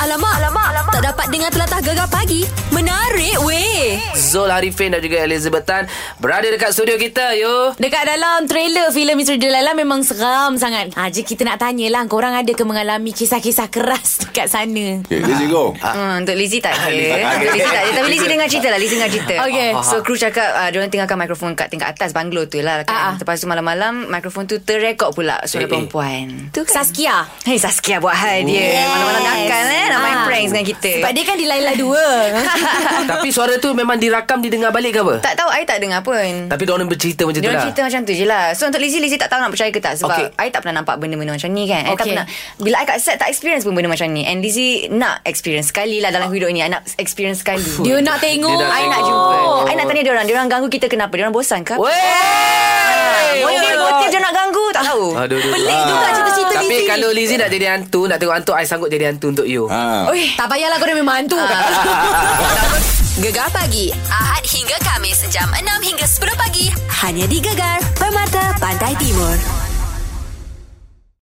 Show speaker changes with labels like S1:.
S1: Alamak, alamak, alamak. Tak dapat dengar telatah gegar pagi. Menarik weh.
S2: Zul Harifin dan juga Elizabeth Tan berada dekat studio kita yo.
S1: Dekat dalam trailer filem Mr. Delilah memang seram sangat. Ha, je kita nak tanyalah korang ada ke mengalami kisah-kisah keras dekat sana?
S3: Okay, let's go.
S4: Hmm, untuk Lizzie tak ada.
S2: Ah. Lizzie tak ada. Ah,
S4: Untuk Lizzie tak ada. Tapi Lizzie dengar cerita lah. Lizzie dengar cerita.
S1: Okay.
S4: So, kru cakap, uh, diorang tinggalkan mikrofon kat tingkat atas banglo tu
S1: Ah, ah.
S4: lah. Kan? Lepas tu malam-malam, mikrofon tu terrekod pula
S2: Eh,
S4: suara
S2: eh.
S4: perempuan.
S1: Tu Saskia.
S4: Hei, Saskia buat hal dia. Malam-malam nakal eh. Nak main
S1: Ah.
S4: pranks dengan kita.
S1: Sebab dia kan Delilah 2.
S2: Tapi suara tu memang dirakam didengar balik ke apa?
S4: tak tahu, I tak dengar pun.
S2: Tapi diorang bercerita macam tu
S4: Dia
S2: lah.
S4: cerita macam tu je lah So untuk Lizzie Lizzie tak tahu nak percaya ke tak Sebab
S2: Okay.
S4: okay. I tak pernah nampak benda-benda macam ni kan I tak
S1: Okay.
S4: pernah Bila I kat set tak experience pun benda macam ni And Lizzie nak experience sekali lah dalam hidup ni I nak experience sekali
S1: dia nak tengok.
S2: Dia nak
S4: I nak
S2: Oh.
S4: jumpa I nak tanya diorang Diorang ganggu kita kenapa Diorang bosan ke
S2: Wey!
S4: Motif motif dia nak ganggu Tak tahu
S2: Aduh, aduh. Ah.
S1: Pelik juga cerita-cerita
S2: Tapi
S1: Lizzie ni.
S2: kalau Lizzie nak jadi hantu, nak tengok hantu, I sanggup jadi hantu untuk you.
S3: Ha.
S1: Oi, Eh, tak payahlah kau dah memang hantu.
S5: Gegar pagi Ahad hingga Kamis jam 6 hingga 10 pagi hanya di Gegar Permata Pantai Timur.